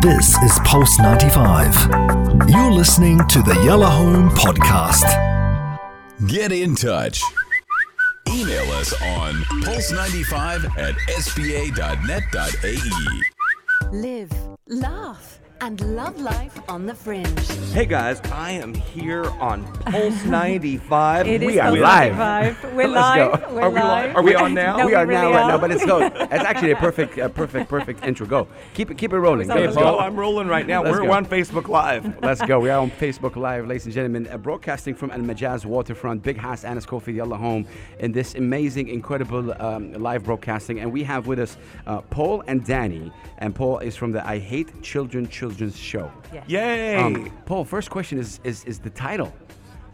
This is Pulse 95. You're listening to the Yellow Home Podcast. Get in touch. Email us on pulse95 at sba.net.ae. Live, laugh, and love life on the fringe. Hey guys, I am here on Pulse 95. It we is are Pulse live. 95. We're Let's live. Go. We're are we live. Are we on now? No, we we are now really right now, are. but it's go. It's actually a perfect, a perfect, perfect intro. Go. Keep it, keep it rolling. on Let's the go. roll. I'm rolling right now. Let's We're go. on Facebook Live. Let's go. We are on Facebook Live, ladies and gentlemen, uh, broadcasting from Al Majaz Waterfront, Big House, Anas Kofi, Yalla Home, in this amazing, incredible um, live broadcasting. And we have with us uh, Paul and Danny. And Paul is from the I Hate Children Children's Show. Yes. Yay! Um, Paul, first question is is, is the title.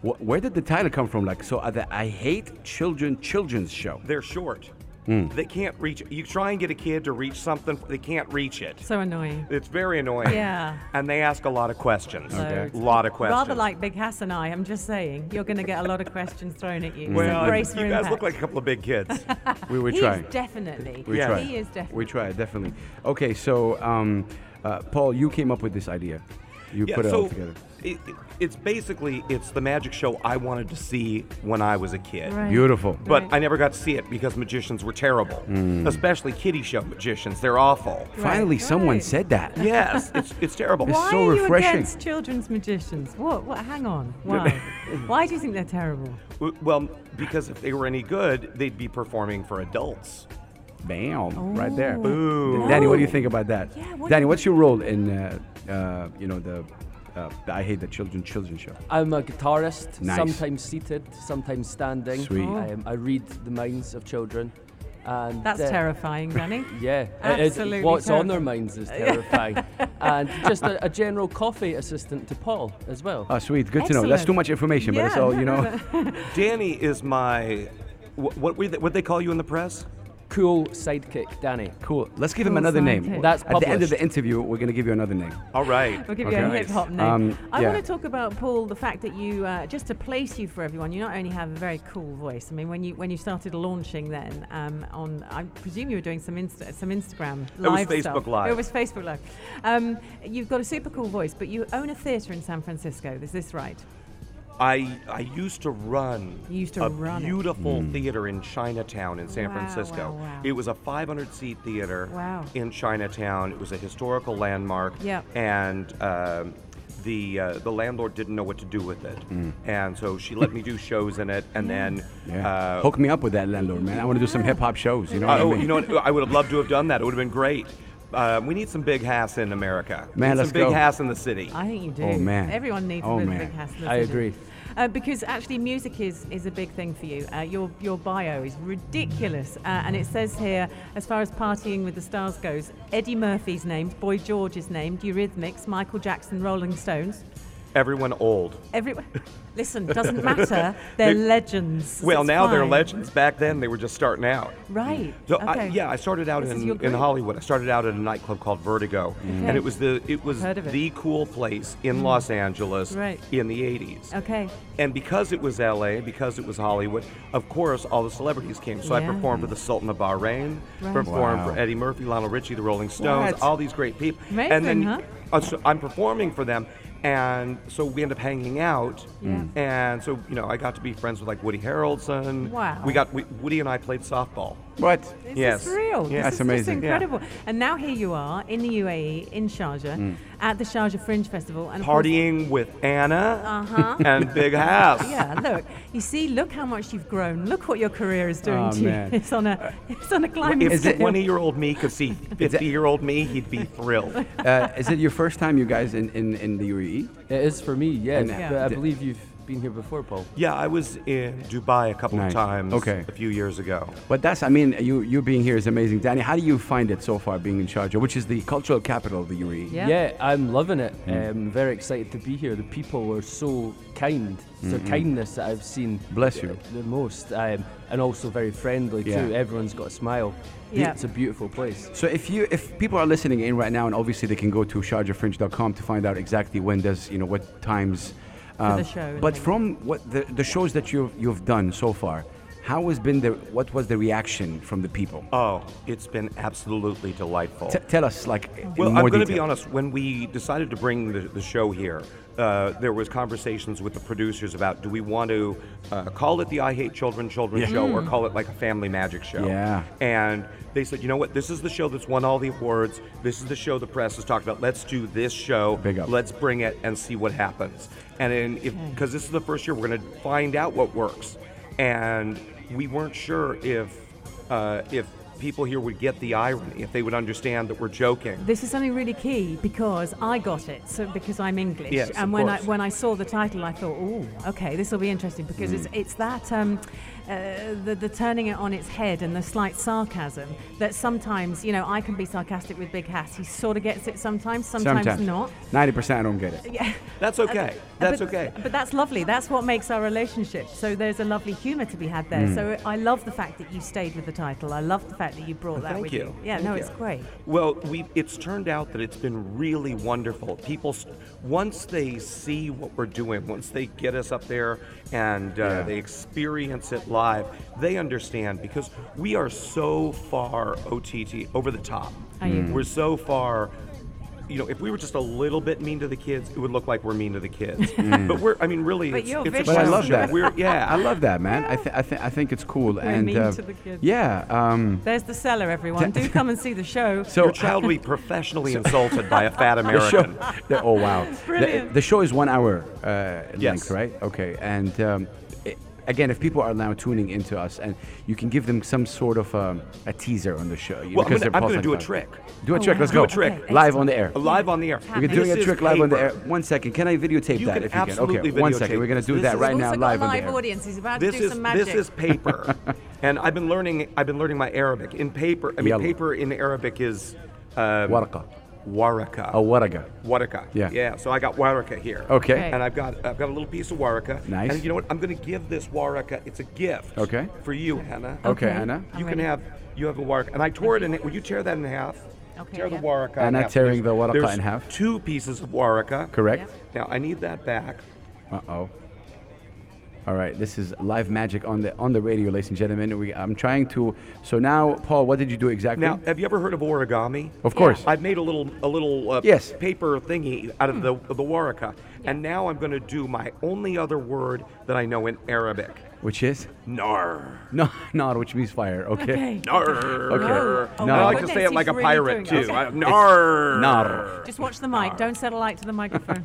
Wh- where did the title come from? Like, so uh, the I Hate Children Children's Show. They're short. Hmm. They can't reach. You try and get a kid to reach something, they can't reach it. So annoying. It's very annoying. Yeah. And they ask a lot of questions. A Okay. lot of questions. Rather like Big Hass and I, I'm just saying, you're going to get a lot of questions thrown at you. So Well, brace Mm. for you guys look impact. like a couple of big kids. We were He's trying. definitely. we Yeah. tried. He is definitely. We tried, definitely. Okay, so um, uh, Paul, you came up with this idea. You yeah, put it so all together. It, it- it's basically it's the magic show I wanted to see when I was a kid. Right. Beautiful. But Right. I never got to see it because magicians were terrible, especially kiddie show magicians. They're awful. Finally, Right. someone Right. said that. Yes, it's it's terrible. It's Why so are you refreshing. against children's magicians? What? What? Hang on. Why? Why do you think they're terrible? W- Well, because if they were any good, they'd be performing for adults. Bam, right there. Ooh. Danny, what do you No. think about that? Oh. Yeah, what do Danny, you- what's your role in, uh, uh, you know, the, uh, the I Hate the Children Children Show? I'm a guitarist, Nice. sometimes seated, sometimes standing. Sweet. Oh. Um, I read the minds of children. And That's uh, terrifying, Danny. Yeah, it- it- Absolutely. what's on terrible. their minds is terrifying. and just a, a general coffee assistant to Paul as well. Oh, sweet. Good to know. That's Excellent. too much information, but it's Yeah, all, no, you know. no, but- Danny is my what what, were they, what they call you in the press? Cool sidekick, Danny. Cool. Let's give him Cool another name. sidekick. That's At the end of published. the interview, we're going to give you another name. All right. We'll give Okay. you a Nice. hip hop name. Um, I yeah. want to talk about Paul. The fact that you, uh, just to place you for everyone, you not only have a very cool voice. I mean, when you when you started launching, then um, on I presume you were doing some Insta, some Instagram was live stuff. Facebook Live. It was Facebook Live. Um, you've got a super cool voice, but you own a theatre in San Francisco. Is this right? I I used to run You used to a run it. beautiful Hmm. theater in Chinatown in San Wow, Francisco. wow, wow. It was a 500 seat theater Wow. in Chinatown. It was a historical landmark. Yep. And um, the uh, the landlord didn't know what to do with it, Hmm. and so she let me do shows in it, and then. Yeah. Uh, Hook me up with that landlord, man. I want to do some hip hop shows. You know what I Oh, mean? you know what? I would have loved to have done that. It would have been great. Uh, we need some big hass in America. We Man, need let's some big go. hass in the city. I think you do. Oh, man. Everyone needs Oh, a bit man. of big house. doesn't I it? agree. Uh, because actually, music is, is a big thing for you. Uh, your your bio is ridiculous, uh, and it says here, as far as partying with the stars goes, Eddie Murphy's named, Boy George is named, Eurythmics, Michael Jackson, Rolling Stones. Everyone old. Everyone, listen, doesn't matter. They're legends. Well, It's now they're fine. legends. Back then, they were just starting out. Right. So okay. I, yeah, I started out This is in, your in group. Hollywood. I started out at a nightclub called Vertigo, and it was the it was Heard of it. Mm. the cool place in Los Angeles Right. in the 80s. Okay. And because it was LA, because it was Hollywood, of course, all the celebrities came. So I Yeah. performed for the Sultan of Bahrain, Right. performed Wow. for Eddie Murphy, Lionel Richie, the Rolling Stones, What? all these great people. Amazing, and then huh? uh, so I'm performing for them, and so we end up hanging out. Yeah. And so, you know, I got to be friends with like Woody Harrelson. Wow. We got, we, Woody and I played softball. what? This Yes. is Yeah. real. That's This is Just amazing. Yeah. incredible. And now here you are in the UAE, in Sharjah, at the Sharjah Fringe Festival. And of course- Mm. Partying with Anna Uh-huh. and Big House. Yeah, look. You see, look how much you've grown. Look what your career is doing Oh, to you. man. It's on a it's on a climbing If scale. 20 year old me could see 50 year old me, he'd be thrilled. Uh, is it your first time, you guys, in, in, in the E? UAE? It is for me, yeah. And, Yeah. But I d- believe you've been here before, Paul. Yeah, I was in Dubai a couple Nice. of times Okay. a few years ago. But that's, I mean, you you being here is amazing. Danny, how do you find it so far being in Sharjah, which is the cultural capital of the E? UAE? Yeah. Yeah, I'm loving it. Mm. Um, very excited to be here. The people are so kind. It's their kindness that I've seen. Mm-hmm. Bless you. The most, um, and also very friendly Yeah. too. Everyone's got a smile. Yeah. It's a beautiful place. So if you if people are listening in right now, and obviously they can go to sharjahfringe.com to find out exactly when does you know what times. um, the show and but things. from what the, the shows that you've you've done so far, How has been the what was the reaction from the people? Uh, Oh, it's been absolutely delightful. T- tell us like in Well, more I'm going to detail. be honest. When we decided to bring the, the show here, uh, there was conversations with the producers about do we want to uh, call it the I Hate Children Children show or call it like a Family Magic show? Mm. Yeah. And they said, you know what? This is the show that's won all the awards. This is the show the press has talked about. Let's do this show. Big up. Let's bring it and see what happens. And in- if because this is the first year, we're going to find out what works. And we weren't sure if uh, if people here would get the irony, if they would understand that we're joking. This is something really key because I got it, so because I'm English. Yes, of and when course. I when I saw the title, I thought, oh, okay, this will be interesting because it's Mm. it's that um, uh, the the turning it on its head and the slight sarcasm that sometimes you know I can be sarcastic with Big Hass. He sort of gets it sometimes, sometimes, not. Ninety percent I don't get it. Yeah. That's okay. That's but, okay. But that's lovely. That's what makes our relationship. So there's a lovely humour to be had there. So I love the fact that you stayed with the title. I love the fact that you brought that Thank with you. you. Yeah, Thank no, you. it's great. Well, we it's turned out that it's been really wonderful. People, s- once they see what we're doing, once they get us up there and uh, they experience it live, they understand because we are so far OTT over the top. I agree. We're so far. You know, if we were just a little bit mean to the kids, it would look like we're mean to the kids. But we're—I mean, really, But it's, you're it's a vicious. But I clown love show. that. We're, yeah, Mm. I love that man. I, th- I, th- I think it's cool and mean uh, to the kids. yeah. Um, There's the cellar, everyone. Do come and see the show. so Your child will be professionally insulted by a fat the show. American. the- oh wow! The, Brilliant. the show is one hour uh, in Yes. length, right? Okay, and um, i again, if people are now tuning into us, and you can give them some sort of um, a teaser on the show. you know, Well, I'm because gonna- they're I'm gonna Pulse do a trick. 95. Do a Oh, trick. Let's wow. go. Do a trick. live on the air. Live on the air. We're We're doing This a is trick live on the air. paper. One second. Can I videotape You that can if you can? Okay. absolutely One videotape second. We're going to this. do This that is- right He's now also live got a on the live air. audience. He's about This to do is some magic. this is paper, and I've been learning. I've been learning my Arabic in paper. I mean, Yalla. paper in Arabic is um, Warqa. waraka. A warqa. waraka. Yeah. Yeah. So I got waraka here. Okay. Okay. And I've got I've got a little piece of waraka. Nice. And you know what? I'm going to give this waraka. It's a gift. Okay. For you, Hannah. Okay, Anna. I'm You can ready. have you have a waraka, and I tore it in. Will you tear that in half? Okay, Tear the yeah. waraka. in Anna half. tearing There's- the waraka there's in half. Two pieces of waraka. Correct. Now I need that back. Uh oh. All right, this is live magic on the on the radio, ladies and gentlemen. We, I'm trying to. So now, Paul, what did you do exactly? Now, have you ever heard of origami? Of course. I've made a little a little uh, Yes. Hmm. paper thingy out of the the waraka, and now I'm going to do my only other word that I know in Arabic. which is Nar. no, not which means fire. Okay. Okay. Nar. Okay. Oh No. I my like to goodness, say it like a he's really pirate doing it. too. Okay. I- Nar. Nar. Just watch the mic. Don't satellite to the microphone.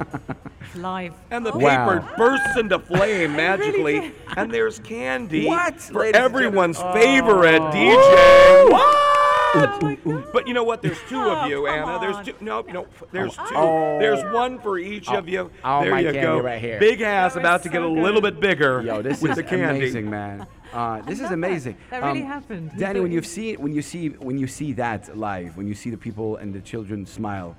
It's live. And the Oh, Wow. paper bursts into flame magically, did. and there's candy What, for ladies and Oh. everyone's favorite DJ. What? but you know what? There's two Oh, of you, come Anna. on. There's two. No, no. There's two. Oh. There's one for each of you. oh, there my you candy go. right here. Big ass That was about to so get a good. little bit bigger Yo, this with is the candy. amazing, man. Uh, this is love that. amazing. Um, That really happened. Danny. But- When you see when you see when you see that live, when you see the people and the children smile,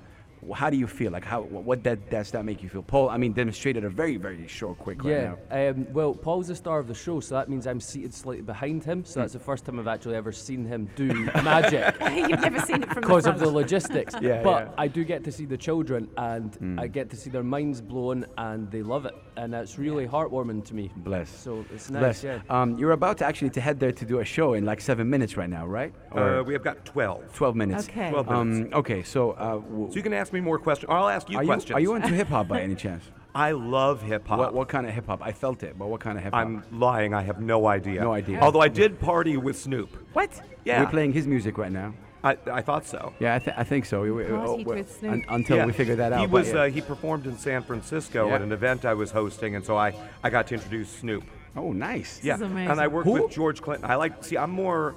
wh- how do you feel? Like how wh- what that does that make you feel? Paul, I mean, demonstrated a very very short, quick right Yeah. now. Um, well, Paul's the star of the show, so that means I'm seated slightly behind him. Hmm. So that's the first time I've actually ever seen him do magic. You've never seen it from because the of the front. logistics. Yeah, but yeah. Hmm. I do get to see the children, and I get to see their minds blown, and they love it, and that's really heartwarming to me. Bless. So it's nice. Bless. Yeah. Um, you're about to actually to head there to do a show in like seven minutes right now, right? Or Uh, we have got 12. 12 minutes. Okay. 12 Um, okay, so, uh, w- So you can ask me more questions. I'll ask you are, questions. you, are you into hip hop by any chance? I love hip hop. What, what kind of hip hop? I felt it, but what kind of hip hop? I'm lying. I have no idea. No idea. Although I did party with Snoop. What? Yeah. We're playing his music right now. I, I thought so. Yeah, I, th- I think so. We- we- partied well, with Snoop. un- until Yeah. we figure that out. He but was yeah. uh, he performed in San Francisco at Yeah. an event I was hosting, and so I, I got to introduce Snoop. oh, nice. Yeah, is and I amazing. worked Who? with George Clinton. I like see I'm more,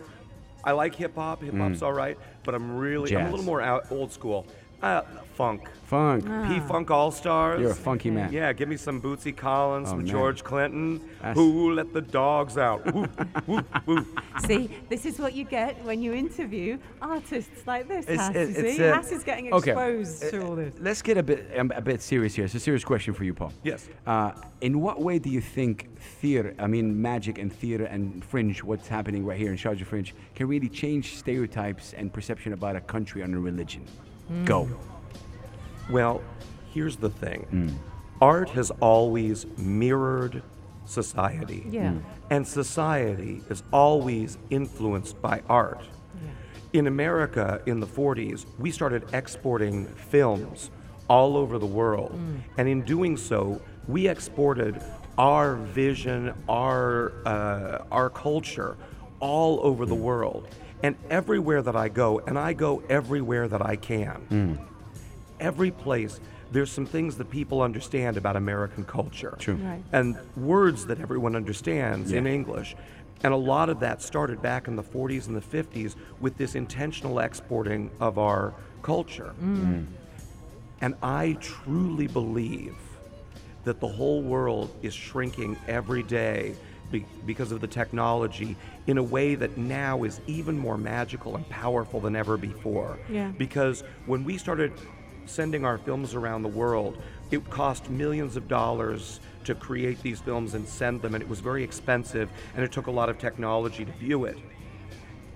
I like hip hop. Hip hop's all right, but I'm really I'm a Mm. Jazz. little more out, old school. Uh, funk, Funk. Ah, P Funk All Stars. Ah. You're a funky man. Yeah, give me some Bootsy Collins, Oh, some man. George Clinton. That's- Who let the dogs out? Woo, woo, woo. See, this is what you get when you interview artists like this. It's- Hass, it- you it's, see? uh, Hass is getting okay. exposed to all this. Let's get a bit um, a bit serious here. It's a serious question for you, Paul. Yes. Uh, in what way do you think theater, I mean magic and theater and fringe, what's happening right here in Sharjah Fringe, can really change stereotypes and perception about a country and a religion? Mm. Go. Well, here's the thing art has always mirrored society. Yeah. Mm. And society is always influenced by art. In America in the 40s, we started exporting films all over the world. And in doing so, we exported our vision, our, uh, our culture all over the world. And everywhere that I go, and I go everywhere that I can, every place there's some things that people understand about American culture. True. Right. And words that everyone understands in Yeah. English. And a lot of that started back in the 40s and the 50s with this intentional exporting of our culture. Mm. And I truly believe that the whole world is shrinking every day be- because of the technology in a way that now is even more magical and powerful than ever before. Yeah. Because when we started sending our films around the world, it cost millions of dollars to create these films and send them, and it was very expensive, and it took a lot of technology to view it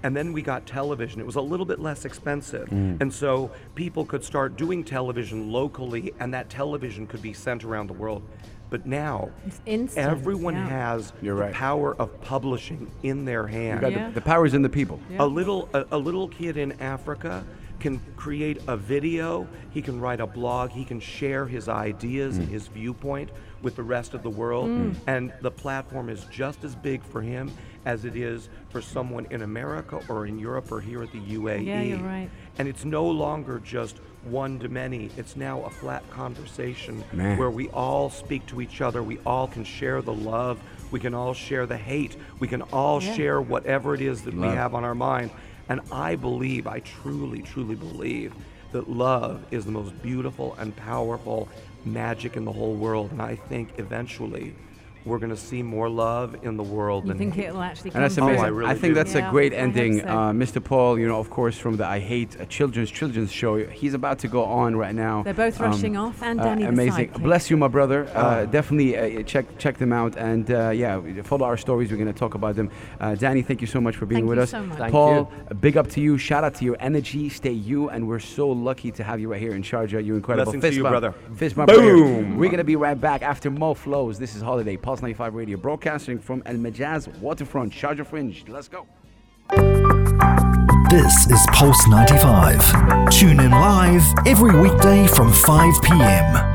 and then we got television. It was a little bit less expensive. Mm. And so people could start doing television locally, and that television could be sent around the world. But now, It's instant, everyone yeah. has You're the right. power of publishing in their hand. Got Yeah. the, the power is in the people. Yeah. A little a, a little kid in Africa can create a video, he can write a blog, he can share his ideas and his viewpoint with the rest of the world Hmm. and the platform is just as big for him as it is for someone in America or in Europe or here at the E. UAE. Yeah, you're right. And it's no longer just one to many. It's now a flat conversation Man. where we all speak to each other. We all can share the love. We can all share the hate. We can all Yeah. share whatever it is that we Love. have on our mind. And I believe, I truly, truly believe that love is the most beautiful and powerful magic in the whole world. And I think eventually we're going to see more love in the world You than think hate. it'll actually come And that's through? amazing. I really think do. that's Oh, Yeah, a great I hope ending. so. Uh, Mr. Paul, you know, of course, from the I Hate a Children's Children's Show, he's about to go on right now. Uh, They're both rushing off, and Danny the Um, amazing. sidekick. Bless you, my brother. Ah. Uh, definitely uh, check check them out, and uh, yeah, we- follow our stories. We're going to talk about them. Uh, Danny, thank you so much for being Thank with you us. so much. Thank Paul, big up to you. Shout out to your energy. Stay you, and we're so lucky to have you right here in Sharjah. You're incredible. Blessings to Fist you, bump. brother. Fist bump. Boom. We're going to be right back after Mo Flows. This is Holiday Pulse 95 Radio, broadcasting from Al Majaz Waterfront, Sharjah Fringe. Let's go. This is Pulse 95. Tune in live every weekday from 5 p.m.